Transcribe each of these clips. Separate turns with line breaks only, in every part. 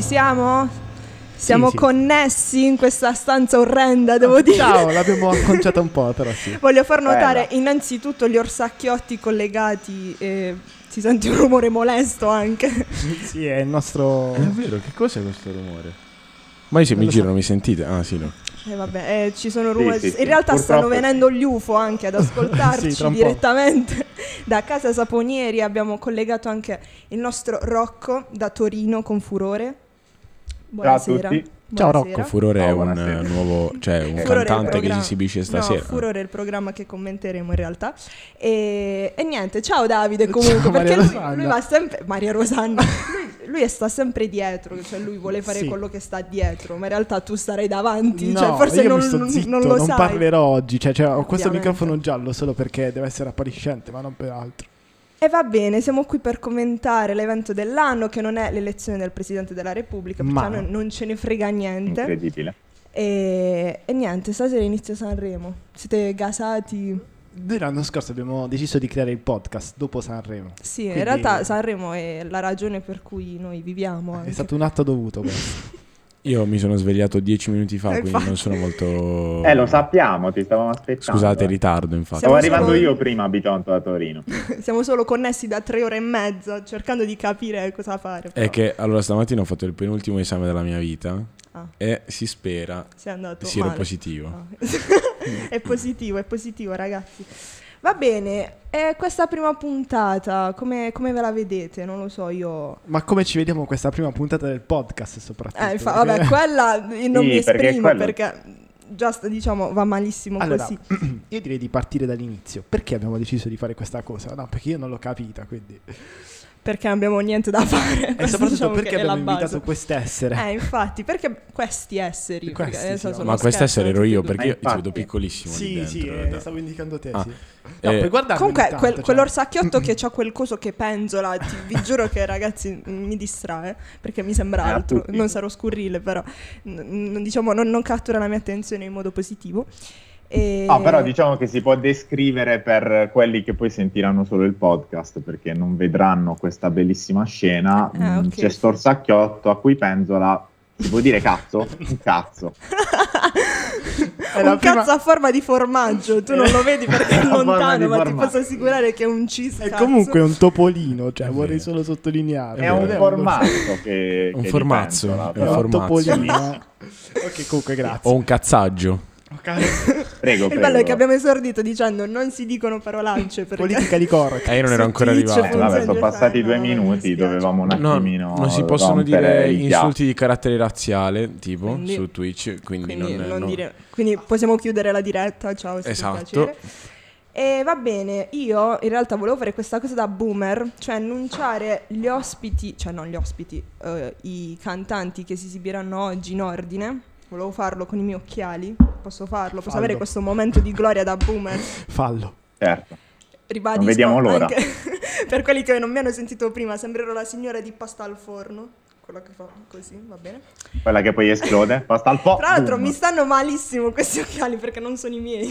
siamo? Siamo
sì.
connessi in questa stanza orrenda, devo dire.
Ciao, l'abbiamo acconciata un po', però sì.
Voglio far notare
Oh, Bella.
innanzitutto gli orsacchiotti collegati. eh, si sente un rumore molesto anche.
Sì, è il nostro...
È vero, che cos'è questo rumore? Eh? Ma io se mi giro non mi sentite? Ah sì, no.
Eh, vabbè, eh, ci sono rumori.
sì, sì.
In realtà stanno
Purtroppo sì.
venendo gli UFO anche ad ascoltarci
Sì, tra un po'.
direttamente da casa Saponieri. Abbiamo collegato anche il nostro Rocco da Torino con Furore. Buonasera.
tutti.
Ciao,
Buonasera.
Rocco.
Furore
Ciao,
è un
buonasera.
eh, nuovo, cioè un
Furore è il
cantante che si
Oh, programma-
esibisce stasera.
No, Furore è il programma che commenteremo in realtà. E, e niente, ciao Davide comunque,
Ciao,
perché
Maria
lui,
Rosanna.
lui va sempre... Maria Rosanna, lui, lui sta sempre dietro, cioè lui vuole fare
Sì.
quello che sta dietro, ma in realtà tu starai davanti,
No,
cioè forse
io
non,
mi sto
non-
zitto,
non
non,
lo sai.
parlerò oggi. Cioè, cioè, ho questo
Ovviamente.
microfono giallo solo perché deve essere appariscente, ma non per altro.
E va bene, siamo qui per commentare l'evento dell'anno che non è l'elezione del Presidente della Repubblica, perché
Ma-
a noi non ce ne frega niente.
Incredibile.
E, e niente, stasera inizia Sanremo. Siete gasati?
Noi l'anno scorso abbiamo deciso di creare il podcast dopo Sanremo.
Sì,
Quindi
in realtà Sanremo è la ragione per cui noi viviamo.
È
Anche.
stato un atto dovuto questo.
Io mi sono svegliato dieci minuti fa,
Eh,
quindi
infatti.
non sono molto...
Eh, lo sappiamo, ti stavamo aspettando.
Oh. Scusate il
eh.
ritardo, infatti.
Siamo
Stavo arrivando
solo-
io prima abitante da Torino.
Siamo solo connessi da tre ore e mezza cercando di capire cosa fare. però.
È che allora stamattina ho fatto il penultimo esame della mia vita
Ah.
e si spera
Sei andato
sia
Oh, male.
positivo.
Ah. è positivo, è positivo, ragazzi. Va bene, eh, questa prima puntata, come, come ve la vedete? Non lo so, io...
Ma come ci vediamo questa prima puntata del podcast soprattutto?
Eh, infa-
Perché-
vabbè, quella non
Sì,
mi
perché
esprimo
quello-
perché già sta- diciamo va malissimo
Allora,
così.
io direi di partire dall'inizio. Perché abbiamo deciso di fare questa cosa? No, perché io non l'ho capita, quindi...
Perché non abbiamo niente da fare.
E
Questa,
soprattutto
diciamo che
perché
è la
abbiamo invitato
base.
quest'essere.
Eh, infatti, perché questi esseri?
Questi,
Perché adesso
sì,
sono
Ma questa
scherzo, eh,
sera ero
tutti e
io
due.
perché io ti
infatti.
vedo piccolissimo lì
Sì, sì,
dentro, in
eh,
realtà.
stavo indicando te,
Ah,
sì. No,
eh,
puoi guardarmi
Comunque,
ogni
quel-
tanto, cioè.
quell'orsacchiotto che ha quel coso che penzola, ti- vi giuro che ragazzi mi distrae perché mi sembra
Eh, a
altro.
tutti.
Non sarò scurrile, però n- n- diciamo, non, non cattura la mia attenzione in modo positivo. E-
No, però diciamo che si può descrivere per quelli che poi sentiranno solo il podcast perché non vedranno questa bellissima scena.
Ah,
Mm,
ok.
C'è Storsacchiotto a cui penzola. Si può dire cazzo? Un cazzo.
È la
un
prima-
cazzo a forma di formaggio, tu non lo vedi perché
A
è
forma di
lontano, ma ti
formaggio.
posso assicurare che è un cis.
È
cazzo.
comunque un topolino, cioè
È
vorrei
vero.
solo sottolineare.
È
vero.
un
Non
formazzo che.
Un
che
formazzo,
penzola,
È
è un
un
però.
formazzo.
topolino. eh. ok, comunque
Ho
grazie.
un cazzaggio.
Prego,
Il
prego.
bello è che abbiamo esordito dicendo non si dicono parolacce perché
Politica di correct.
E io non
Su
ero ancora
Twitch
arrivato.
Eh, vabbè, sono passati due
No, Eh, mi
minuti,
dispiace.
dovevamo un
No,
attimino.
non si possono
rompere
dire
il ghiaccio.
insulti di carattere razziale, tipo
Quindi-
su Twitch, quindi,
quindi,
non,
non
no.
dire- quindi possiamo chiudere la diretta. Ciao, è stato un
Esatto.
piacere. E va bene, io in realtà volevo fare questa cosa da boomer, cioè annunciare gli ospiti, cioè non gli ospiti, eh, i cantanti che si esibiranno oggi in ordine. Volevo farlo con i miei occhiali, posso farlo, posso
Fallo.
avere questo momento di gloria da boomer.
Fallo.
Certo.
Ribadisco
Non vediamo l'ora.
anche per quelli che non mi hanno sentito prima, sembrerò la signora di pasta al forno, quella che fa così, va bene.
Quella che poi esplode. Basta al po'.
Tra l'altro
boom.
mi stanno malissimo questi occhiali perché non sono i miei.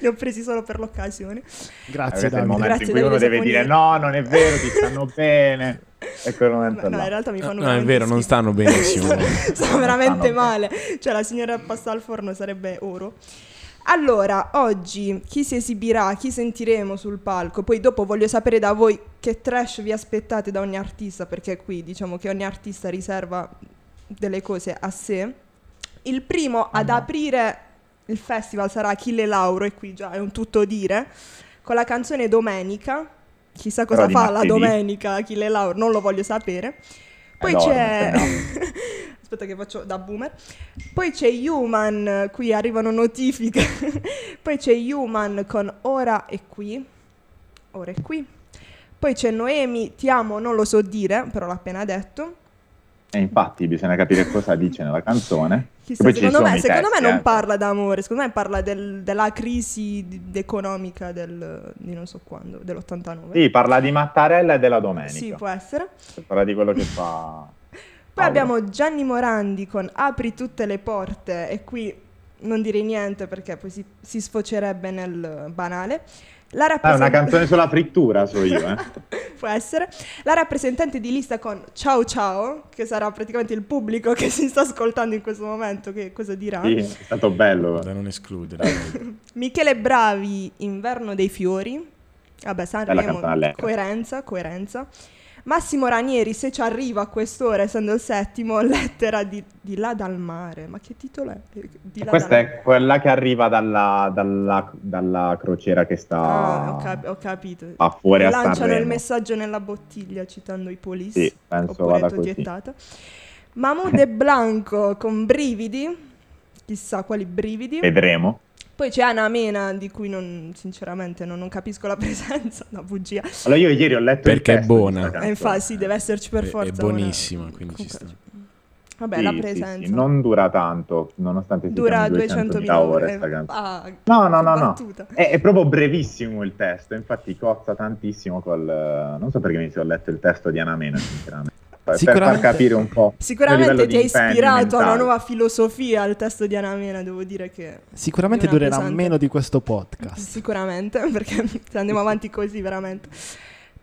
Li ho presi solo per l'occasione.
Grazie
Questo è il
Davide.
momento
Grazie,
in cui uno
Davide
deve dire no, non è vero, ti stanno bene. Ecco quel momento
No, no, in
là.
realtà mi
No,
fanno
no, è vero, non stanno benissimo.
Ah,
Sono veramente
stanno
male. Cioè la signora pasta al forno sarebbe oro. Allora, oggi chi si esibirà, chi sentiremo sul palco, poi dopo voglio sapere da voi che trash vi aspettate da ogni artista, perché qui diciamo che ogni artista riserva delle cose a sé. Il primo
Ah,
ad aprire il festival sarà Achille Lauro, e qui già è un tutto dire, con la canzone Domenica. Chissà
Però
cosa
di
fa la
martedì.
domenica Achille Lauro, non lo voglio sapere. Poi
dorme,
c'è...
speriamo.
Aspetta che faccio da boomer. Poi c'è Human, qui arrivano notifiche. Poi c'è Human con Ora e qui. Ora e qui. Poi c'è Noemi, ti amo, non lo so dire, però l'ho appena detto.
E infatti bisogna capire cosa dice nella canzone.
Chissà,
E poi ci
secondo
sono
me,
i
secondo me
testi,
non
eh.
parla d'amore, secondo me parla del- della crisi di- economica del, di non so quando, dell'89.
Sì, parla di Mattarella e della domenica.
Sì, può essere.
Parla di quello che fa.
Poi
Paolo.
abbiamo Gianni Morandi con Apri tutte le porte e qui non dire niente perché poi si, si sfocerebbe nel banale. La
Ah, è
rappresentante...
una canzone sulla frittura, so io. Eh.
può essere, la rappresentante di lista con Ciao Ciao, che sarà praticamente il pubblico che si sta ascoltando in questo momento, che cosa dirà.
Sì, è stato bello.
Da non escludere.
Michele Bravi, Inverno dei Fiori. Vabbè, Sanremo,
canzone.
coerenza, coerenza. Massimo Ranieri, se ci arriva a quest'ora, essendo il settimo, lettera di, di là dal mare. Ma che titolo è? Di là
Eh, Questa
dal-
è quella che arriva dalla, dalla- dalla crociera che sta
Ah, ho, cap- ho capito.
a fuori a
Lanciano il
Sanremo.
messaggio nella bottiglia citando i polis.
Sì, penso
oppure
vada così.
Togiettata. Mahmoud Blanco con brividi. Chissà quali brividi.
Vedremo.
Poi c'è Ana Mena, di cui non, sinceramente non, non capisco la presenza, una bugia.
Allora io ieri ho letto il
Perché è
testo di
buona.
questa
Eh, infatti,
canzone.
sì, deve esserci per
È- è
forza. una-
buonissima, quindi ci sta.
Vabbè,
Sì,
la
sì,
presenza.
sì, Non dura tanto, nonostante si
Dura
chiami
200.000
200.000 ore
ore.
sta canzone.
Ah,
No, no,
che
no, no.
battuta.
È, è proprio brevissimo il testo, infatti cozza tantissimo col... eh, Non so perché mi sono letto il testo di Anna Mena, sinceramente. Per far
Sicuramente-
capire un po'. il livello
Sicuramente ti
di
ha
impegno
ispirato a una
mentale.
nuova filosofia al testo di Ana Mena, devo dire che
Sicuramente
Una
durerà
pesante.
meno di questo podcast.
sicuramente, perché se andiamo avanti così veramente.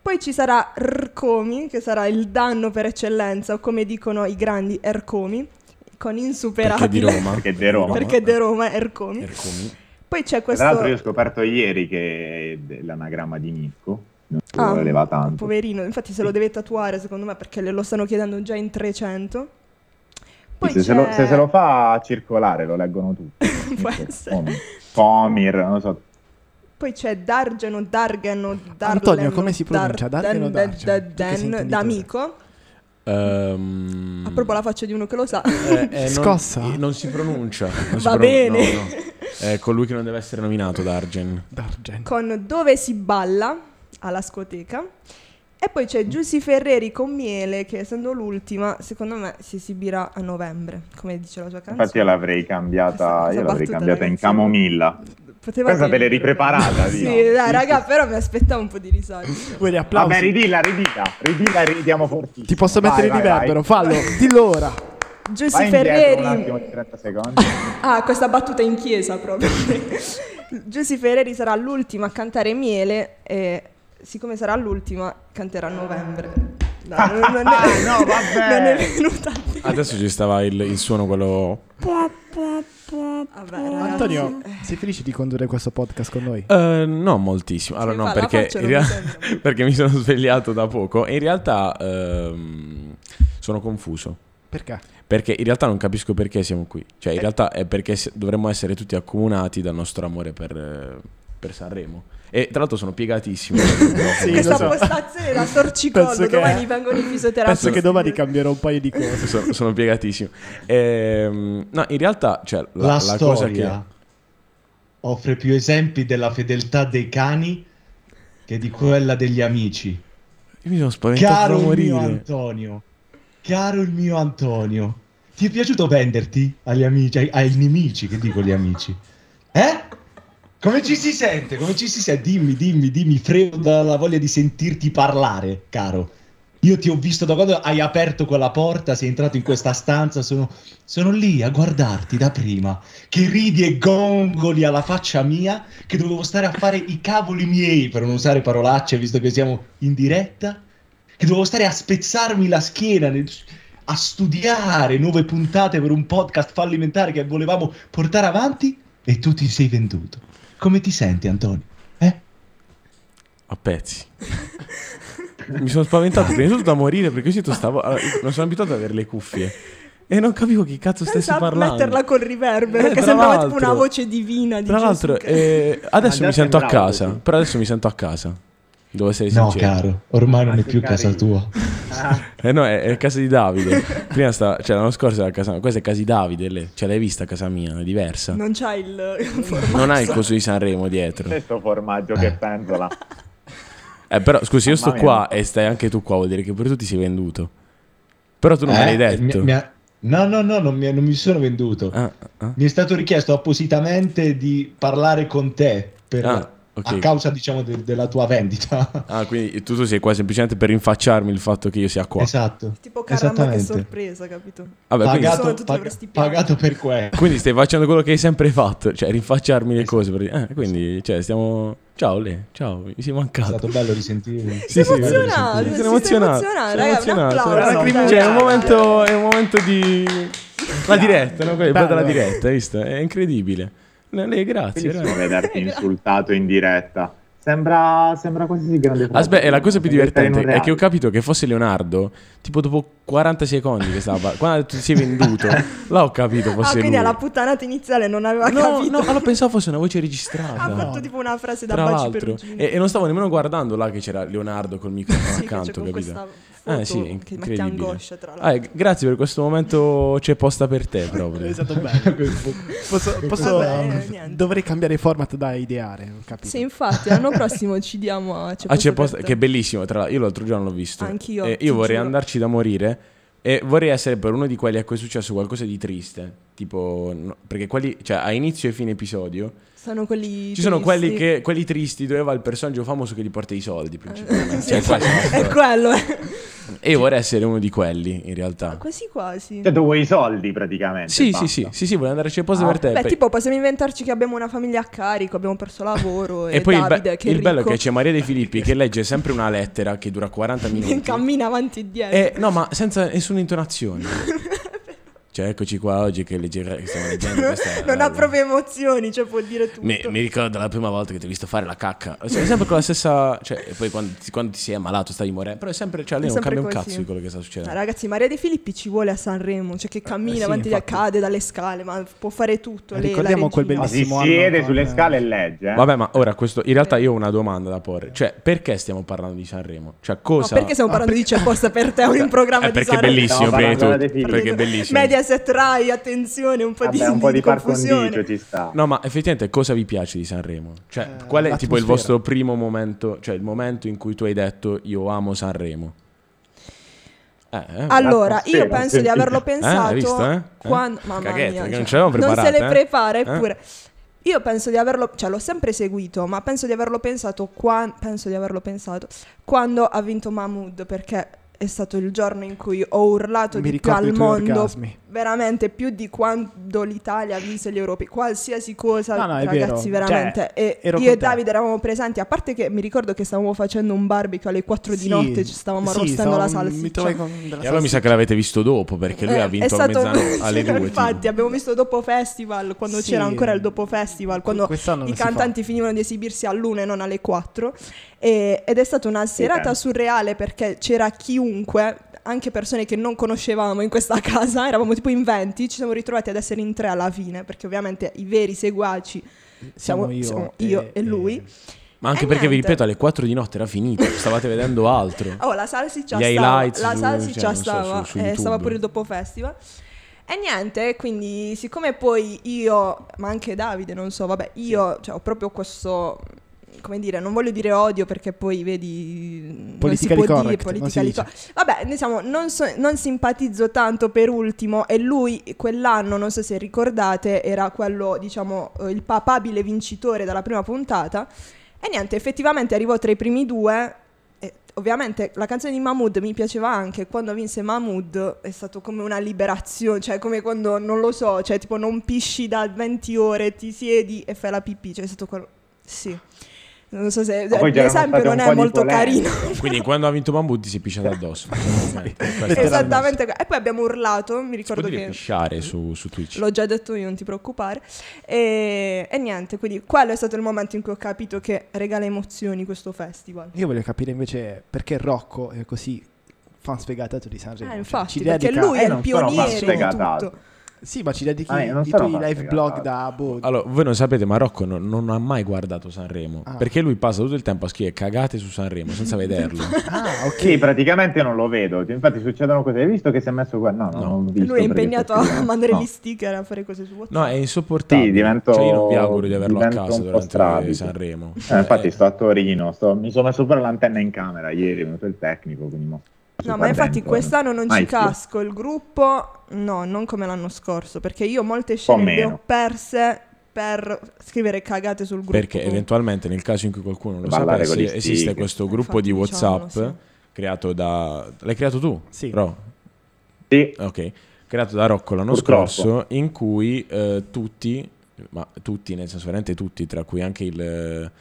Poi ci sarà Rcomi, che sarà il danno per eccellenza, o come dicono i grandi Ercomi, con
Perché di
insuperabile.
Roma?
Perché de Roma.
Perché de Roma, Ercomi.
Ercomi.
Poi c'è
Tra l'altro io ho
questo...
scoperto ieri che è l'anagramma di Mirko, non lo
Ah,
voleva tanto.
Poverino, infatti se lo deve tatuare secondo me perché le lo stanno chiedendo già in 300. Poi
se, se lo,
c'è-
se se lo fa circolare lo leggono tutti.
Può
Mirko,
essere.
Comir, Comir, non lo so.
Poi c'è Dargeno, Dargeno, Darlen,
Antonio, come si pronuncia?
Dar-
Dargeno o
Dan- Dan-
Dargeno? Tu che sei
Dan-
intenditore.
D'amico,
Ehm,
a
Mm.
proprio la faccia di uno che lo sa.
eh, eh, non-
Scossa?
eh, Non, si pronuncia. non si
Va
pronun-
bene.
no, no. È colui che non deve essere nominato, Dargen.
D'argento.
con Dove si balla alla scoteca. E poi c'è Giussi Ferreri con Miele, che essendo l'ultima, secondo me si esibirà a novembre, come dice la sua canzone.
Infatti io l'avrei
Questa-
cambiata,
questa
io l'avrei
battuta,
cambiata in
ragazzi.
camomilla.
Poteva
Questa
venire.
ve l'eri preparata,
sì,
diciamo.
dai,
Sì,
raga,
sì.
però mi aspettavo un po' di risalto.
Quelli applausi.
Vabbè, ridilla, ridilla, ridilla e ridiamo fortissimo.
Ti posso
Vai,
mettere il
vai,
riverbero,
vai.
fallo, dillo ora.
Giussi
Vai indietro
Ferreri.
un attimo di 30 secondi.
Ah, questa battuta in chiesa proprio. Giussi Ferreri sarà l'ultima a cantare miele e siccome sarà l'ultima canterà a novembre. No, non, non è,
Ah, No, vabbè.
non è venuta. a te.
Adesso ci stava il, il suono quello...
Vabbè, ragazzi.
Antonio, sei felice di condurre questo podcast con noi?
Eh, no, moltissimo. Allora,
Sì,
no,
fa la
perché,
faccia,
in
non mi
rea-
sembra.
perché mi sono svegliato da poco e in realtà ehm, sono confuso.
Perché?
Perché in realtà non capisco perché siamo qui. Cioè, in realtà è perché se- dovremmo essere tutti accomunati dal nostro amore per, eh, per Sanremo. E tra l'altro sono piegatissimo.
Sì, lo
Questa
so.
postazione da torcicollo,
Penso che-
domani vengono i fisioterapisti.
Penso che domani cambierò un paio di cose.
sono, sono piegatissimo. Ehm, no, in realtà, cioè, la,
la,
la cosa
storia
che...
offre più esempi della fedeltà dei cani che di quella degli amici.
Io mi sono spaventato
Caro
da
il mio
morire.
Antonio, caro il mio Antonio, ti è piaciuto venderti agli amici, ai, ai nemici, che dico gli amici? Eh? Come ci si sente? Come ci si sente? Dimmi, dimmi, dimmi, frego dalla voglia di sentirti parlare, caro. Io ti ho visto da quando hai aperto quella porta, sei entrato in questa stanza, sono, sono lì a guardarti da prima, che ridi e gongoli alla faccia mia, che dovevo stare a fare i cavoli miei, per non usare parolacce, visto che siamo in diretta, che dovevo stare a spezzarmi la schiena, nel- a studiare nuove puntate per un podcast fallimentare che volevamo portare avanti, e tu ti sei venduto. Come ti senti, Antonio? Eh?
A pezzi. mi sono spaventato prima di tutto da morire perché io sento stavo, allora, io non sono abituato ad avere le cuffie. E non capivo chi cazzo stessi
Pensavo a
parlando.
metterla col riverbero,
Eh,
che
tra
sembrava
l'altro-
tipo una voce divina di
Tra
Gesù
l'altro,
che-
eh, adesso
Ma
mi
già
sento a
sembrava
casa.
così.
Però adesso mi sento a casa. Devo essere
No,
sincero.
caro, ormai non è
Anche
più casa
cari.
tua.
Ah,
Eh no, è, è casa di Davide. Prima sta, cioè l'anno scorso era a casa, questa è casa di Davide, lei. cioè l'hai vista a casa mia, è diversa.
Non c'ha il formato.
Non ha il coso di Sanremo dietro.
Stesso formaggio che penzola.
Eh, però scusi, io sto
Mamma mia.
qua e stai anche tu qua, vuol dire che per tu ti sei venduto. Però tu non me l'hai
Eh?
detto.
Mi- mi ha- No, no, no, non mi, non mi sono venduto.
Ah, ah.
Mi è stato richiesto appositamente di parlare con te per-
Ah, ok.
a causa, diciamo, de- della tua vendita.
Ah, quindi tu, tu sei qua semplicemente per rinfacciarmi il fatto che io sia qua.
Esatto.
Tipo caramba che
esattamente.
sorpresa, capito?
Vabbè, quindi,
Sono
Pagato,
tutti
pag-
dovresti piangere.
pagato per quello. Esatto.
quindi stai facendo quello che hai sempre fatto, cioè rinfacciarmi le cose. per dire- eh, quindi, cioè, stiamo... Ciao Le, ciao, mi sei
È
mancato.
stato bello risentirvi.
Sì,
Sei
sì, bello
emozionato,
risentirti.
si sta emozionando,
sono
raga, un applauso.
Lacrime-
Dai.
cioè, è un momento, è un momento di... La diretta, no? Quella
Bello.
della diretta, hai visto? È incredibile. Le, le, grazie.
Bellissimo
raga.
vederti insultato in diretta. Sembra, sembra quasi il grande Fratello.
Aspetta, e Ah, la cosa più
Sembra di stare in
divertente
un
è che ho
reality.
capito che fosse Leonardo, tipo dopo 40 secondi che stava par- quando tu sei venduto, là ho capito
Ah,
fosse
quindi
lui.
alla puttanata iniziale non aveva
No,
capito. Ah,
no, allora pensavo fosse una voce registrata.
ha fatto tipo una frase da
Tra
baci
l'altro,
perugini.
e, e non stavo nemmeno guardando là che c'era Leonardo col microfono
Sì, che c'è
accanto,
con questa
capito?
foto
Ah, sì,
che- che ti
incredibile.
angoscia, tra l'altro.
Ah, e grazie per questo momento c'è posta per te proprio.
È stato bello. posso, posso-
Vabbè, Eh, niente.
dovrei cambiare format da ideare, ho capito.
Sì, infatti, l'anno prossimo ci diamo a c'è
Ah, c'è
posto
posta-
per te.
che è bellissimo, tra l'altro, io l'altro giorno l'ho visto.
Anch'io,
E
ti
io vorrei
giuro.
andarci da morire e vorrei essere per uno di quelli a cui è successo qualcosa di triste, tipo no, perché quelli, cioè a inizio e fine episodio,
Sono quelli
ci sono
tristi.
quelli che quelli tristi dove va il personaggio famoso che gli porta i soldi principalmente. Cioè, questa è la
Eh, È
storia.
quello. eh.
e io vorrei essere uno di quelli in realtà.
Quasi quasi.
Cioè, tu vuoi i soldi praticamente.
Sì, sì,
basta.
sì, sì, sì, volevo andare a c'è posta
Ah,
per te.
Beh,
poi-
tipo possiamo inventarci che abbiamo una famiglia a carico, abbiamo perso lavoro e,
e poi il, be-
Davide che è
il bello è
ricco,
che c'è Maria De Filippi che legge sempre una lettera che dura 40 minuti.
cammina avanti e dietro.
Eh, no, ma senza nessuna intonazione. cioè, eccoci qua oggi che leggera- che stiamo leggendo questa.
non ha proprio emozioni, cioè può dire tutto.
Mi, mi ricordo la prima volta che ti ho visto fare la cacca. Cioè, è sempre con la stessa. Cioè, e poi quando, ti- quando ti sei ammalato stai morendo. Però è sempre. Cioè, lei
È
non
sempre
cambia un
così.
cazzo di quello che sta
Ah,
succedendo.
ragazzi, Maria De Filippi ci vuole a Sanremo, cioè che cammina
Eh, sì,
avanti e
infatti. Eh,
cade dalle scale, ma può fare tutto. lei è la
Ricordiamo quel
regina.
No, si
Bellissimo
siede
anno,
sulle
vabbè.
scale e legge. eh.
Vabbè, ma ora questo. In realtà io ho una domanda da porre. Cioè, perché stiamo parlando di Sanremo? Cioè,
No,
cosa.
perché stiamo parlando di C'è posta per te, un programma
Eh,
di
perché è
Sanremo?
bellissimo,
No,
prima di
parlando
tutto.
della
Perché è bellissimo.
Mediaset Rai, attenzione, un po'
Vabbè,
di,
un po' di, par condicio
confusione.
ci sta.
No, ma effettivamente cosa vi piace di Sanremo? Cioè,
Eh,
qual è tipo il
l'atmosfera.
vostro primo momento, cioè il momento in cui tu hai detto io amo Sanremo? Eh, eh,
Allora, io
L'atmosfera,
penso di
sentite.
averlo
eh,
pensato
hai visto, eh?
quando...
Eh?
Mamma
Caghette,
mia,
che
cioè,
non ce l'avevamo preparata.
se le prepara,
eh?
eppure... Io penso di averlo, cioè l'ho sempre seguito, ma penso di averlo pensato, quan- penso di averlo pensato quando ha vinto Mahmood, perché è stato il giorno in cui ho urlato
Mi
di più
ricordo
al
i tuoi
mondo,
orgasmi.
veramente più di quando l'Italia vinse gli europei, qualsiasi cosa,
No, no, è
ragazzi,
vero.
veramente.
Cioè,
e
ero
io e
con te.
Davide eravamo presenti, a parte che mi ricordo che stavamo facendo un barbecue alle 4 di
Sì,
notte, ci stavamo
sì,
arrostando la
stavamo- mi
salsiccia.
trovai con della
E allora mi sa
salsiccia.
che l'avete visto dopo perché lui
Eh,
ha
è
vinto a
stato-
mezzanotte alle
sì,
due.
Infatti,
tipo.
abbiamo visto dopo festival, quando
Sì.
c'era ancora il dopo festival, quando
Quest'anno
i
non si
cantanti finivano di esibirsi all'una e non alle 4. E- ed è stata una serata
eh.
surreale perché c'era chiunque, anche persone che non conoscevamo in questa casa, eravamo tipo in 20, ci siamo ritrovati ad essere in tre alla fine, perché ovviamente i veri seguaci
fa.
siamo, siamo io e, lui.
Ma anche
Eh,
perché, vi
niente.
ripeto, alle 4 di notte era finito, stavate vedendo altro.
Oh, la salsiccia
Gli
stava.
highlights
La
su-
salsiccia
cioè, non so,
stava.
su- su
eh,
YouTube.
stava pure il dopo festival. E niente, quindi siccome poi io, ma anche Davide, non so, vabbè, io cioè, ho proprio questo, come dire, non voglio dire odio perché poi vedi... non
Politically
si può dire,
correct, non
politically
si dice.
co- Vabbè, diciamo, non, so- non simpatizzo tanto per ultimo e lui quell'anno, non so se ricordate, era quello, diciamo, eh, il papabile vincitore dalla prima puntata. E niente, effettivamente arrivò tra i primi due. e ovviamente la canzone di Mahmood mi piaceva anche. Quando vinse Mahmood è stato come una liberazione, cioè come quando non lo so, cioè tipo non pisci da 20 ore, ti siedi e fai la pipì. Cioè è stato quello. Sì. Non so se
Ma poi c'erano
l'esempio
state un
non
po'
è
di
molto
polemiche.
carino.
Quindi quando ha vinto Mambutti si è pisciato addosso. Veramente, questo è-
Esatto. Esattamente. E poi abbiamo urlato, mi
Si può
ricordo
dire
che
pisciare su, su Twitch.
L'ho già detto io, non ti preoccupare. E, e niente, quindi quello è stato il momento in cui ho capito che regala emozioni questo festival.
Io voglio capire invece perché Rocco è così fan sfegatato di Sanremo.
Ah,
Cioè,
infatti,
ci
perché
dedica-
lui è
Eh,
il
non sono
pioniere di
mastegatato.
tutto.
Sì, ma ci dedichi
Ah, io non
i
sono
tuoi
fan
live blog
sfegatato.
da boh,
Allora, voi non sapete, ma Rocco non, non ha mai guardato Sanremo.
Ah.
Perché lui passa tutto il tempo a scrivere cagate su Sanremo senza vederlo.
Ah, ok.
Sì, praticamente non lo vedo. Infatti succedono cose. Hai visto che si è messo qua? No, no,
No.
non ho visto
Lui è
perché
impegnato
sto
a
scrivendo.
mandare
No.
gli sticker a fare cose su WhatsApp.
No, è insopportabile.
Sì, divento-
Cioè, io non vi auguro di averlo a
divento
casa
un po'
durante
strabico.
Sanremo.
Eh, infatti
Eh,
sto a Torino, sto- mi sono messo pure l'antenna in camera ieri, è venuto il tecnico, quindi mo-
No,
sto
ma infatti
eh,
dentro. eh.
quest'anno non ci
Mai più.
casco. Il gruppo, no, non come l'anno scorso, perché io molte scene le
meno.
ho perse per scrivere cagate sul gruppo.
perché eventualmente nel caso in cui qualcuno non lo
Ballare con gli
sapesse, esiste
stick.
questo gruppo di
Infatti, diciamolo,
WhatsApp
sì.
creato da L'hai creato tu?
Sì.
Ro?
Sì,
Ok. Creato da Rocco l'anno
Purtroppo.
scorso in cui eh, tutti ma tutti, nel senso veramente tutti, tra cui anche il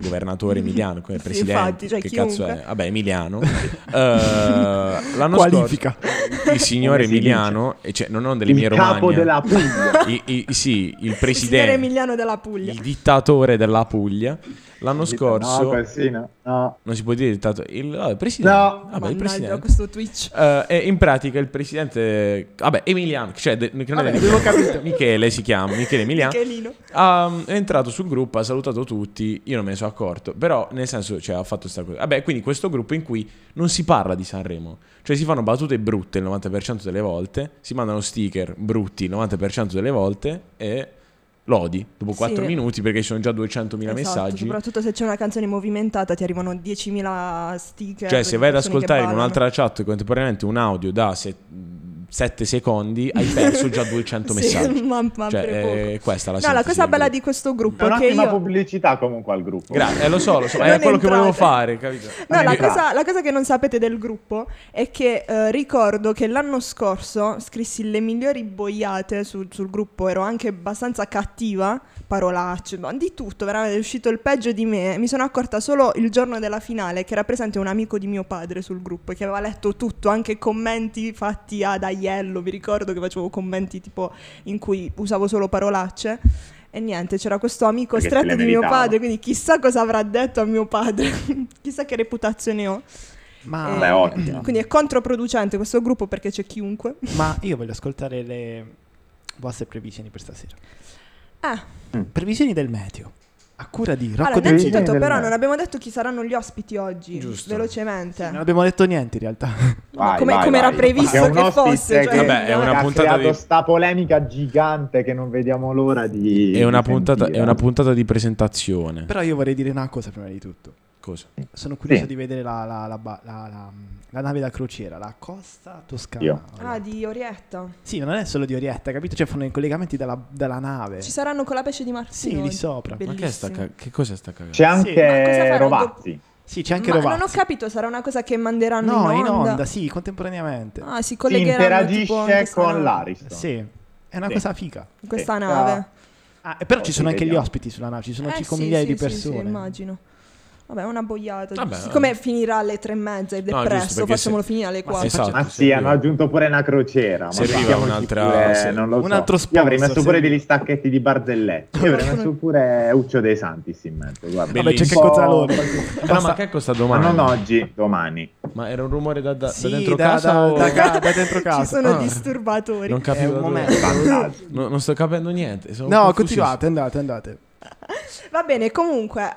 governatore Emiliano, come
Sì,
presidente,
infatti, cioè,
che
chiunque.
cazzo è? Vabbè, Emiliano. Eh, l'anno
Qualifica.
scorso il signore
Come si
Emiliano, e cioè non ho delle mie
il capo
romagne.
della Puglia.
I- i- sì, il
Il signore
presidente, Ah,
Emiliano della Puglia.
il dittatore della Puglia. L'anno scorso
No, così no. no.
non si può dire dittatore, il vabbè, presidente.
No.
Vabbè, il
Mannaggia,
presidente.
questo Twitch.
Eh, e in pratica il presidente, vabbè, Emiliano, cioè de- che non è
Vabbè,
Emiliano,
avevo capito.
Michele si chiama, Ah, Michele Emiliano.
Michelino.
Ha- è entrato sul gruppo, ha salutato tutti. Io non me ne sono accorto, però nel senso, cioè, ha fatto sta cosa. Vabbè, quindi questo gruppo in cui non si parla di Sanremo, cioè si fanno battute brutte il 90% delle volte, si mandano sticker brutti il 90% delle volte e lodi dopo
Sì.
4 minuti perché ci sono già 200.000
Esatto,
messaggi.
Soprattutto se c'è una canzone movimentata ti arrivano 10.000 sticker.
Cioè, se vai ad
di persone che
ascoltare in
ballano.
un'altra chat contemporaneamente un audio da 7 secondi, hai perso già 200
Sì,
messaggi.
ma- ma
Cioè,
per
eh,
poco.
questa è la
No, la
sintesi
cosa
del
bella
gruppo.
di questo
È
gruppo è che
un'ottima
io
pubblicità comunque al gruppo.
Grazie, eh, lo so, lo so, era
Non
quello che volevo
entrate.
fare, capito?
No, la
Quindi-
cosa, la cosa che non sapete del gruppo è che eh, ricordo che l'anno scorso scrissi le migliori boiate sul, sul gruppo, ero anche abbastanza cattiva, parolacce, ma di tutto, veramente è uscito il peggio di me. Mi sono accorta solo il giorno della finale che era presente un amico di mio padre sul gruppo che aveva letto tutto, anche commenti fatti ad Aiello, vi ricordo che facevo commenti tipo in cui usavo solo parolacce. E niente, c'era questo amico
Perché
stretto
te le
di mio
meritava.
padre, quindi chissà cosa avrà detto a mio padre, chissà che reputazione ho.
Ma,
Eh,
Beh, ottimo.
Quindi è controproducente questo gruppo perché c'è chiunque.
ma io voglio ascoltare le vostre previsioni per stasera.
Ah,
Previsioni del meteo. A cura di Rocco
allora,
De Vita.
innanzitutto,
del
però,
mare.
non abbiamo detto chi saranno gli ospiti oggi.
Giusto.
Velocemente.
Non abbiamo detto niente in realtà.
Ma
Vai,
come,
vai,
come
vai.
era previsto
È un
che
ospite
fosse?
che-
Cioè,
Vabbè, è
no?
una
che
puntata
ha creato
di-
sta polemica gigante che non vediamo l'ora di
È una,
di
puntata, è
sentire.
una puntata di presentazione.
Però io vorrei dire una cosa prima di tutto.
Cosa?
Sono curioso
Sì.
di vedere la, la- la ba- la- la- la nave da crociera, la costa toscana.
Io.
Ah, di Orietta.
Sì, ma non è solo di Orietta, capito? Cioè fanno i collegamenti dalla, dalla nave.
Ci saranno con la pesce di Martino.
Eh. Sì, lì sopra.
Ma che, è sta
Bellissimo.
ca- che cosa è sta cagando?
C'è
Ma cosa
anche
faranno
Rovazzi.
Sì, c'è anche
Ma
Rovazzi.
non ho capito, sarà una cosa che manderanno
No,
in onda.
sì, contemporaneamente.
Ah, si
Si
collegheranno tipo in
interagisce
questa
con
nave-
l'Ariston.
Sì, è una
Sì.
cosa figa.
in questa
Sì.
nave.
Ah,
Ah, e però
Oh,
ci
sì,
sono anche gli
vediamo.
ospiti sulla nave, ci sono
Eh,
circa
sì,
migliaia
sì,
di
sì, sì,
persone.
immagino. Vabbè, una boiata.
Vabbè,
Siccome
eh.
finirà alle tre e mezza ed è
No, giusto,
presto,
perché se-
facciamolo finire alle
Ma
quattro.
se-
Esatto.
Ah sì, hanno aggiunto pure una crociera. ma
Serviva
sappiamoci
un'altra-
pure,
sì.
non lo
Un
so.
altro
Io avrei
sponsor,
messo pure
sì.
degli stacchetti di barzellette. Io avrei messo pure Uccio dei Santis in mezzo. Guarda.
Vabbè, c'è
Un
che
po'-
Cozzalone.
Però Eh, ma che è questa
Ma
Ah,
domanda?
non oggi, domani.
Ma era un rumore da, da- da
Sì,
dentro
da-
casa
da-
o...
da ca- da dentro
Ci
casa.
sono
Ah.
disturbatori.
Non
È
capivo.
un
dove-
momento.
No, non sto capendo niente. sono
No,
confusissimo.
continuate, andate, andate.
Va bene, comunque, ehm,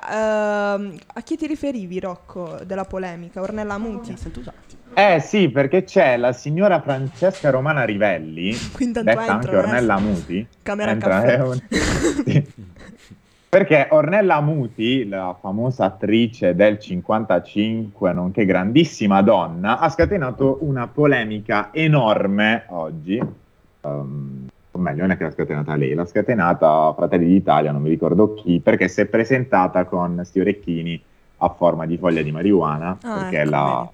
a chi ti riferivi, Rocco, della polemica? Ornella Muti?
Eh sì, perché c'è la signora Francesca Romana Rivelli,
Quindi tanto
detta anche
entrano, eh.
Ornella Muti.
Camera
Entra,
caffè.
eh, un- sì. Perché Ornella Muti, la famosa attrice del 55, nonché grandissima donna, ha scatenato una polemica enorme oggi. Ehm, o meglio, non è che l'ha scatenata lei, l'ha scatenata Fratelli d'Italia, non mi ricordo chi, perché si è presentata con sti orecchini a forma di foglia di marijuana.
Ah,
perché
ecco,
la...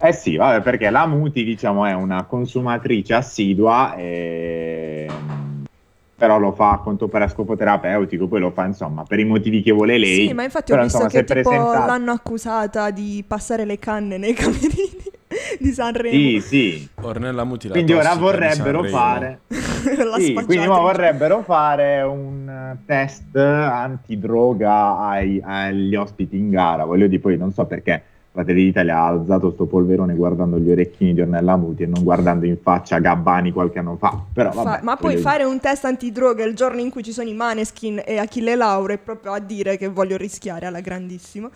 Eh sì, vabbè, perché la Muti, diciamo, è una consumatrice assidua, e... mm, però lo fa a quanto pare a scopo terapeutico, poi lo fa, insomma, per i motivi che vuole lei.
Sì, ma infatti
Però,
ho visto
insomma,
che
si è
tipo
presentata-
l'hanno accusata di passare le canne nei camerini di Sanremo.
Sì, sì.
Ornella Muti la
Quindi ora
tossica di
vorrebbero
Sanremo.
fare...
La
Sì,
spacciatrice.
quindi ora vorrebbero fare un eh, test antidroga ai- agli ospiti in gara. Voglio dire, poi non so perché Fratelli d'Italia ha alzato sto polverone guardando gli orecchini di Ornella Muti e non guardando in faccia Gabbani qualche anno fa. Però,
Fa-
vabbè,
ma puoi
voglio
fare un test antidroga il giorno in cui ci sono i Maneskin e Achille Lauro e proprio a dire che voglio rischiare alla grandissima.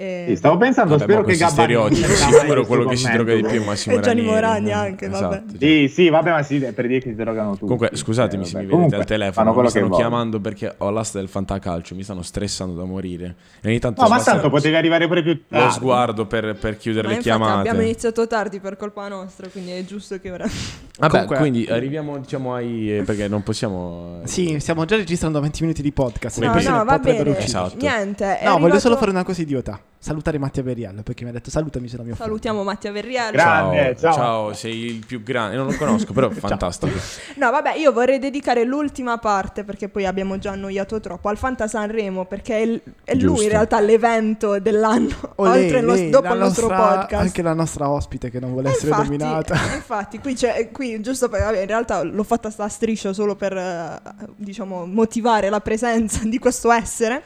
Eh,
dire. Sì, stavo pensando,
Vabbè,
spero
ma
che
questi
Gabbani... non
stereotipi,
sia mai
sicuro
questo
quello che si droga di più è
commento.
Massimo
E Gianni
Morani
Morani anche, vabbè.
Sì, sì, vabbè, ma sì, per dire che si drogano tutti.
Comunque, scusatemi
Eh,
se
vabbè.
mi vedete
Comunque,
al
fanno
telefono, mi
quello che
stanno
vogliono.
chiamando perché ho l'asta del fantacalcio, mi stanno stressando da morire. E ogni tanto
No, ma
sbaglio
tanto Ah. potevi arrivare pure più
lo
tardi.
sguardo per, per chiudere
ma
le
infatti
chiamate.
abbiamo iniziato tardi per colpa nostra, quindi è giusto che ora...
Vabbè,
Comunque-
quindi arriviamo diciamo ai... eh, perché non possiamo... eh,
Sì, stiamo già registrando 20 minuti di podcast.
No,
le persone
no, va
potrebbero
bene.
ucciderci.
Esatto.
Niente. è
No, voglio
arrivato-
solo fare una cosa idiota. salutare Mattia Beriello perché mi ha detto salutami se la mia
Salutiamo Mattia Verriello.
Grazie. Grande,
ciao,
ciao.
ciao, sei il più grande. Non lo conosco, però
Ciao.
fantastico.
No, vabbè, io vorrei dedicare l'ultima parte, perché poi abbiamo già annoiato troppo, al Fanta Sanremo, perché è, il- è lui
Giusto.
in realtà l'evento dell'anno,
Olè,
oltre lo-
lei,
dopo
la
il nostro
nostra-
podcast.
Anche la nostra ospite che non vuole
Eh,
essere
infatti,
nominata.
eh, Infatti, qui, c'è, qui giusto per, vabbè, in realtà l'ho fatta sta striscia solo per eh, diciamo, motivare la presenza di questo essere.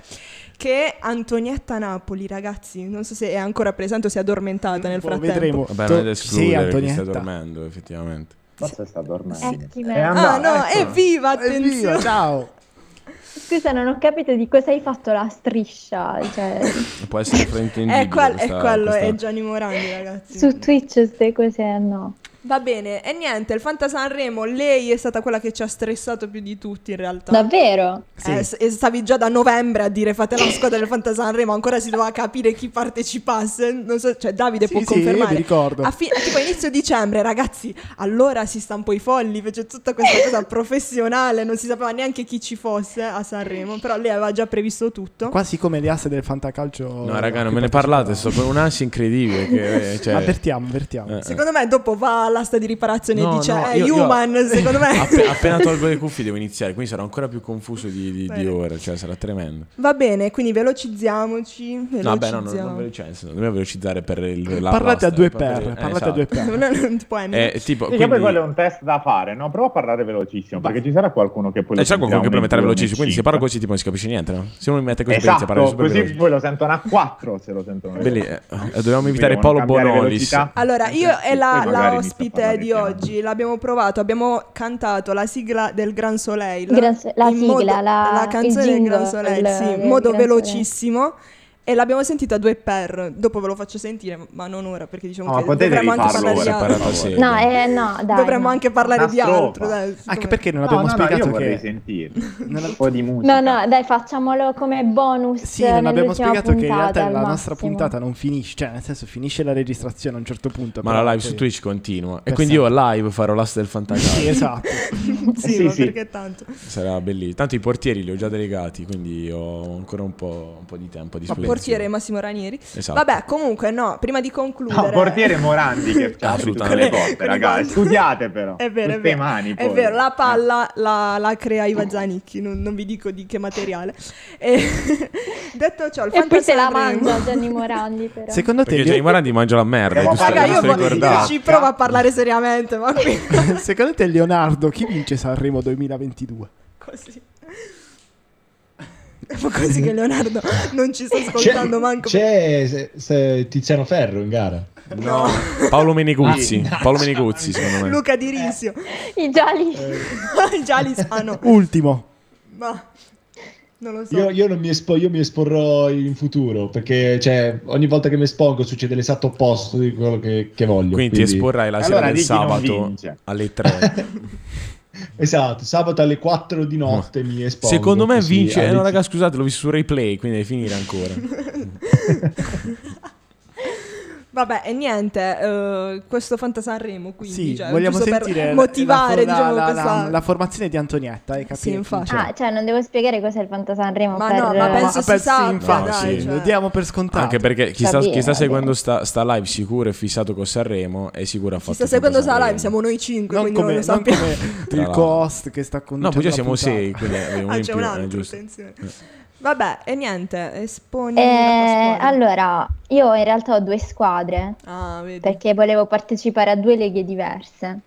Che è Antonietta Napoli, ragazzi, non so se è ancora presente o si è addormentata nel
Boh,
frattempo.
Vedremo.
Vabbè,
Tu-
non è da
sì,
escludere che stia
Antonietta.
dormendo, effettivamente.
Forse sta dormendo.
Eccomi.
È
Ah,
andata,
ecco.
no,
eccola.
evviva!
Evviva,
Attenzione!
Eh, ciao.
Scusa, non ho capito di cosa hai fatto la striscia. Cioè,
Può essere fraintendibile.
È, quel- è
questa-
quello, è
questa-
Gianni Morandi, ragazzi.
su Twitch queste cose eh, no.
Va bene, e niente, il Fanta Sanremo, lei è stata quella che ci ha stressato più di tutti in realtà.
Davvero?
Eh, s- e stavi già da novembre a dire fate la squadra del Fanta Sanremo, ancora si doveva capire chi partecipasse. Non so, cioè Davide
Sì,
può
sì,
confermare.
mi ricordo.
A fi- tipo a inizio dicembre, ragazzi, allora si stampò i folli, fece tutta questa cosa professionale, non si sapeva neanche chi ci fosse a Sanremo, però lei aveva già previsto tutto.
Quasi come le asse del fantacalcio.
No, raga, non
che
me ne
partecipano.
parlate, sto con un'ansia incredibile. Che, eh, cioè...
Avvertiamo, avvertiamo.
Eh, eh.
Secondo me dopo va all'asta di riparazione
No,
e dice
no,
"Eh,
io- io-
human, secondo me.
Appe- appena tolgo le cuffie devo iniziare, quindi sarò ancora più confuso di, di- di
Bene.
ora, cioè sarà tremendo.
Va bene, quindi velocizziamoci. velocizziamo.
No, beh, no, non, non velo- cioè, nel senso, dobbiamo velocizzare per il, la
parlate
pasta,
a due
per
per,
vedere- eh,
parlate a
esatto.
due per.
Non- tipo Emily.
Eh, tipo,
Sì, che poi
quindi-
quello è un test da fare, no? Prova a parlare velocissimo,
Vai.
perché ci sarà qualcuno che poi
Eh, c'è qualcuno che può mettere
sentiamo in
velocissimo, quindi se
cinque.
parlo così tipo non si capisce niente, no? Se uno mi mette così per
Esatto,
inizia a parlare super
così
veloce.
poi lo sentono a 4 se lo sentono.
Belli- eh, dobbiamo
Quindi
invitare
devono
Paolo
cambiare
Bonolis.
velocità.
Allora,
Sì,
io
sì,
eh,
e la,
poi
la
magari inizia a
ospite
parlare
di
piano.
oggi l'abbiamo provato, abbiamo cantato la sigla del Gran Soleil.
Gran So- la
in
sigla,
modo-
la-
la
il
canzone del Gran
jingle
Soleil,
del-
sì, in
del
modo
Gran Soleil.
velocissimo. E l'abbiamo sentita a due per. Dopo ve lo faccio sentire, ma non ora, perché diciamo
No, ma
che
potete
dovremmo anche
rifarlo
parlare di
ora,
altro.
per
Separata serie.
No, eh, no, dai.
Dovremmo
no.
anche parlare
Una
di altro.
strofa.
dai,
Anche
siccome-
perché non
No,
abbiamo
no, no,
spiegato
io vorrei
che
sentirlo.
Non-
Un po' di musica.
No, no, dai, facciamolo come bonus.
Sì,
Cioè,
non abbiamo
nell'ultima
spiegato che in
puntata,
realtà
al
la nostra
massimo.
puntata non finisce, cioè nel senso finisce la registrazione a un certo punto.
Ma
però
la live su
poi-
Twitch continua. E
Per
quindi io
sempre.
live farò l'asse del fantasma.
Sì, esatto.
Sì,
Sì,
ma
sì.
perché tanto.
Sarà bellissimo. Tanto i portieri li ho già delegati, quindi ho ancora un po', un po' di tempo a
Ma
disposizione.
portiere Massimo Ranieri.
Esatto.
Vabbè, comunque, no, prima di concludere.
No, portiere Morandi che ci ha tutte
Assolutamente.
le
Con
porte,
i
ragazzi.
bandi.
Studiate però.
È vero, è
Tutte
vero.
mani
È
poi. Eh.
vero, la palla la, la crea Iva Zanicchi, non, non vi dico di che materiale. E- detto ciò, il
E poi se la
Fantasanremo-
mangia Gianni Morandi, però.
Secondo te,
Perché Gianni Morandi mangia la merda.
Stiamo
giusto?
Raga, io
Giusto
voglio-
ricordare.
vo- ci provo a parlare seriamente, ma qui
secondo te Leonardo chi vince Sanremo 2022?
così. Ma così che Leonardo non ci sta ascoltando manco.
c'è se- se Tiziano Ferro in gara.
No. Paolo Meneguzzi. Paolo Meneguzzi, secondo me.
Luca Di Risio.
I gialli.
Eh,
Già li sanno.
Ultimo.
Ma non lo so.
Io, io non mi espo- io mi esporrò in futuro perché cioè, ogni volta che mi espongo succede l'esatto opposto di quello che, che voglio.
Quindi ti esporrai la sera
Allora,
del
di chi non
sabato
vince.
alle 3.
Esatto, sabato alle 4 di notte mi espongo.
Ah. Secondo me
così,
vince.
alle-
eh, no, raga, scusate, l'ho visto su replay, quindi devi finire ancora.
Vabbè, e niente, eh, questo Fantasanremo quindi
Sì,
cioè,
vogliamo
giusto per
sentire la-
motivare
la,
diciamo,
la- la-
questa...
la formazione di Antonietta e capire
Sì,
chi
infatti.
c'è.
Ah, cioè, non devo spiegare cos'è il Fantasanremo
Ma
per...
no, ma penso si
beh, sì,
sappia,
Eh, infatti,
dai,
sì,
cioè.
lo diamo per scontato.
Anche perché chi sta,
Va bene,
chi sta
eh.
va
seguendo
bene.
sta, sta live sicuro è fissato con Sanremo, è sicuro ha
Ci
fatto
sta
il
seguendo
Fantasarremo.
Sala Live, siamo noi cinque,
non
quindi non lo
come, non
sappiamo.
come il
l'altro.
cost che sta
No,
conducendo
poi già
la puntata.
siamo 6, quindi è uno
Ah,
in
c'è
più,
un
è
altro,
giusto. Eh.
attenzione. Vabbè, e niente, esponi
Eh,
la tua squadra.
allora, io in realtà ho due squadre
Ah, vedi.
perché volevo partecipare a due leghe diverse.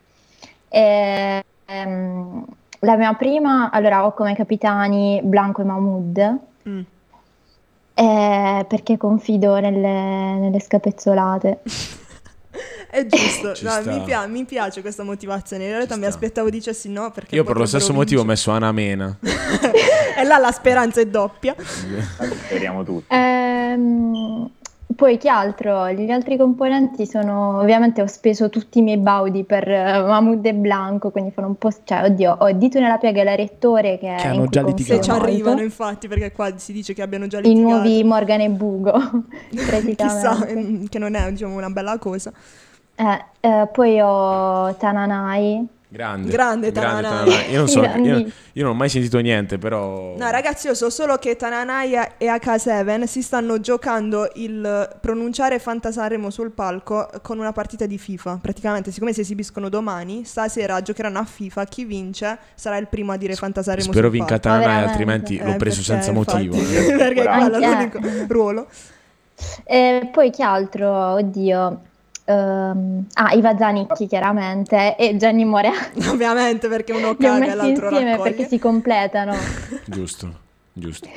Eh, ehm, la mia prima, allora ho come capitani Blanco e Mahmood
Mm.
eh, perché confido nelle, nelle scapezzolate.
È giusto,
Ci
no,
sta.
mi, pia- mi piace questa motivazione. In realtà
Ci
mi
sta.
aspettavo dicessi no perché
Io per lo
potrebbero
stesso motivo ho
vincere.
messo Anamena.
E là la speranza è doppia.
Speriamo tutti.
Ehm, poi che altro? Gli altri componenti sono, ovviamente ho speso tutti i miei baudi per eh, Mahmood e Blanco, quindi fanno un po', s- cioè oddio, ho il dito nella piaga e la rettore che,
Che hanno
in cui
già
confido
Se
litigato.
ci
molto.
arrivano infatti, perché qua si dice che abbiano già
i
litigato.
nuovi Morgan e Bugo,
Chissà, mm,
praticamente.
Oh.
ehm, che non è diciamo, una bella cosa.
Eh, eh, poi ho Tananai,
Grande,
Grande Tananai.
Tananai. Io non so, io,
Grandissimo.
io non ho mai sentito niente, però.
No, ragazzi, io so solo che Tananai e H7 si stanno giocando il pronunciare Fantasaremo sul palco con una partita di FIFA. Praticamente, siccome si esibiscono domani, stasera giocheranno a FIFA. Chi vince sarà il primo a dire Fantasaremo
Spero
sul
vinca
palco.
Tananai,
Veramente.
altrimenti l'ho
Eh,
preso
perché,
senza
infatti,
motivo.
perché è quello
Anche- eh.
l'unico ruolo.
E poi che altro? Oddio. Ehm, ah, Iva Zanicchi chiaramente e Gianni Morea.
Ovviamente, perché uno
Li ho
caga e
messi
l'altro
insieme
raccoglie.
perché si completano.
giusto, giusto.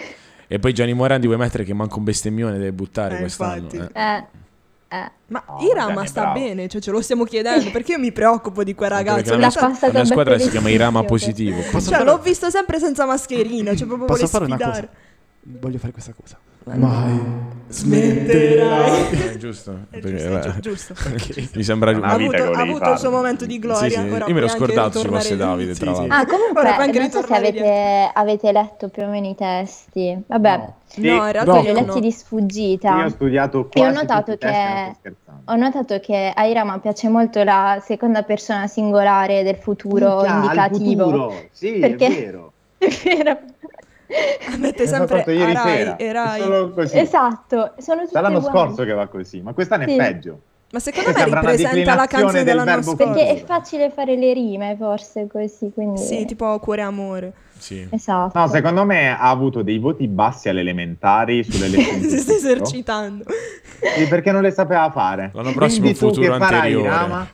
E poi Gianni Morandi vuoi mettere che manca un bestemmione deve buttare
Eh,
quest'anno.
infatti.
eh.
Eh, eh.
Ma
Oh,
Irama
Gianni,
sta
bravo.
bene, cioè ce lo stiamo chiedendo, perché io mi preoccupo di quel
Anche
ragazzo.
perché la
l'ha
Cioè,
mia, squ- la
passata
mia squadra si
battute
chiama Irama
difficili.
Positivo.
Posso
cioè,
fare-
l'ho visto sempre senza mascherina, cioè proprio vuole
Posso fare una
sfidare.
cosa? Voglio fare questa cosa. Ma
Smetterai.
Eh, giusto.
È
perché- eh,
giusto, è giusto, giusto.
Mi sembra giusto.
Ha
Una
avuto,
vita che
ha
volevi
avuto
farlo.
il suo momento di gloria.
Sì,
ora
sì, Io me l'ho
puoi anche
scordato su
ritornare-
Vassi Davide,
Sì,
tra
sì.
l'altro.
Ah,
Ora puoi anche
comunque, non so se
ritornare
avete, avete letto più o meno i testi. Vabbè,
No.
Sì,
No, in realtà
no.
li ho
io
letti
no.
di sfuggita.
Io ho studiato
E
quasi
ho notato
tutti i testi,
che-
non sto scherzando.
Ho notato che a Irama piace molto la seconda persona singolare del futuro
Minchia, al
indicativo.
futuro. Sì,
Perché-
è vero.
È vero.
Mette
L'ho
sempre
fatto ieri
Arai
sera.
e Rai.
È solo così.
Esatto, sono tutte
Dall'anno
uguali.
scorso che va così, ma quest'anno
Sì.
è peggio.
Ma secondo me
Sembra una
ripresenta la canzone
declinazione del
dell'anno
verbo
scorso.
Perché è
Allora.
facile fare le rime, forse così, quindi
Sì, tipo cuore e amore.
Sì.
esatto.
No, secondo me ha avuto dei voti bassi alle elementari sulle lezioni.
si sta
di tutto.
esercitando.
Sì, perché non le sapeva fare.
L'anno prossimo
Quindi tu
futuro
che farai,
anteriore.
Rama?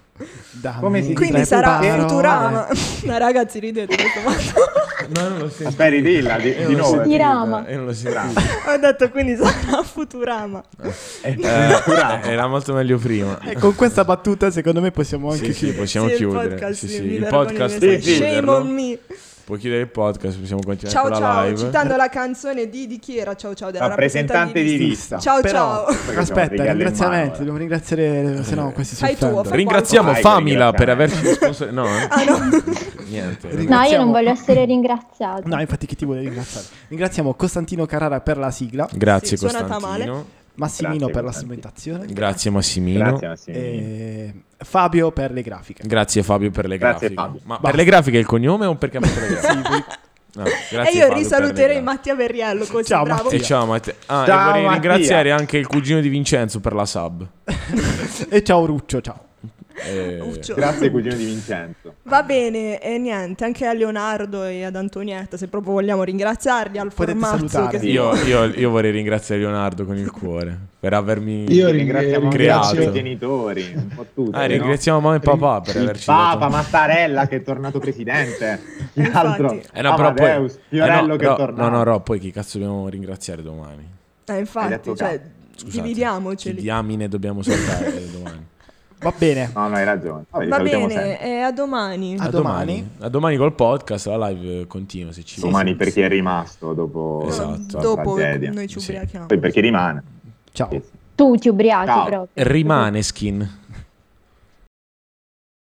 dammi
Come si-
tre
Quindi
Tre
sarà
parole.
Futurama. Ma ragazzi, ridete questo fatto.
No, non l'ho sentito.
Asperi, dilla, di-
Io non
di
l'ho
nuovo.
sentita,
Irama.
Io non l'ho sentita.
Bravo.
Ho detto quindi sarà Futurama.
Eh,
Eh,
Futurama.
era molto meglio prima.
Eh, Con questa battuta, secondo me, possiamo anche
Sì, sì,
chiudere.
possiamo
Sì, il
chiudere.
podcast,
sì,
sì,
sì,
mi
Il
vergogno
podcast
di
puoi
essere- Sì, sì.
Shame
chiuderlo.
on me.
Puoi chiudere il podcast, possiamo continuare
Ciao
con la
ciao,
Cioè, live.
citando la canzone di, di chi era? Ciao ciao, della
Rappresentante di lista.
Ciao,
Però-
ciao.
Perché abbiamo righe
Aspetta,
alle
ringraziamenti.
mani,
Dobbiamo
eh.
ringraziare, se no questi si
Fai tu,
offendono.
fai-
Ringraziamo
Vai,
Famila
ringraziamo.
per averci sponsor... No, eh?
Ah, no.
niente.
Ring-
No, io
Ringraziamo-
non voglio essere ringraziato.
No, infatti, chi ti vuole ringraziare? Ringraziamo Costantino Carrara per la sigla,
Grazie
Sì, suonata
Costantino.
Massimino
Grazie,
per la
Costantino.
strumentazione,
Grazie Massimino.
Grazie,
Grazie.
Massimiliano.
Eh.
e Fabio per le grafiche.
Fabio per le
Grazie,
grafiche.
Fabio.
Ma
Basta.
per le grafiche è il cognome o perché ha messo le grafiche? Ah,
E
grazie, Fabio, per
io
le
risaluterei
grafiche.
Mattia Verriello così
Ciao,
bravo.
E ciao Matteo. Ah,
Ciao,
e vorrei
Mattia.
ringraziare anche il cugino di Vincenzo per la sub.
E ciao Ruccio, ciao.
Eh,
Uccio.
Grazie, cugino di Vincenzo.
Va bene, e niente, anche a Leonardo e ad Antonietta, se proprio vogliamo ringraziarli, al
Potete
formazzo
salutarli.
che
io, io- io vorrei ringraziare Leonardo con il cuore per avermi...
Io ri-
Ringraziamo anche i
Creato.
nostri genitori, un po' tutti.
Ah,
no?
ringraziamo mamma e papà Ah, per
il
averci
Papa
dato-
Mattarella che è tornato presidente,
Infatti.
l'altro
Eh no, però poi...
Amadeus,
eh
Ah, Fiorello
no,
che
no,
è tornato.
No, no, no, poi chi cazzo dobbiamo ringraziare domani?
Eh,
Hai
infatti,
detto
cioè,
Scusate,
dividiamoceli.
Chi diamine dobbiamo saltare domani?
Va bene.
No, no, hai ragione. Vabbè, li
Va
salutiamo
bene,
sempre.
e a domani.
A domani.
A domani col podcast, la live eh, continua se ci
Domani
sì,
per
sì.
chi è rimasto dopo
Esatto.
la
Dopo
tragedia.
noi ci
Sì.
ubriachiamo.
Poi per chi rimane.
Ciao.
Tu ti ubriachi
Ciao.
proprio.
Rimane skin.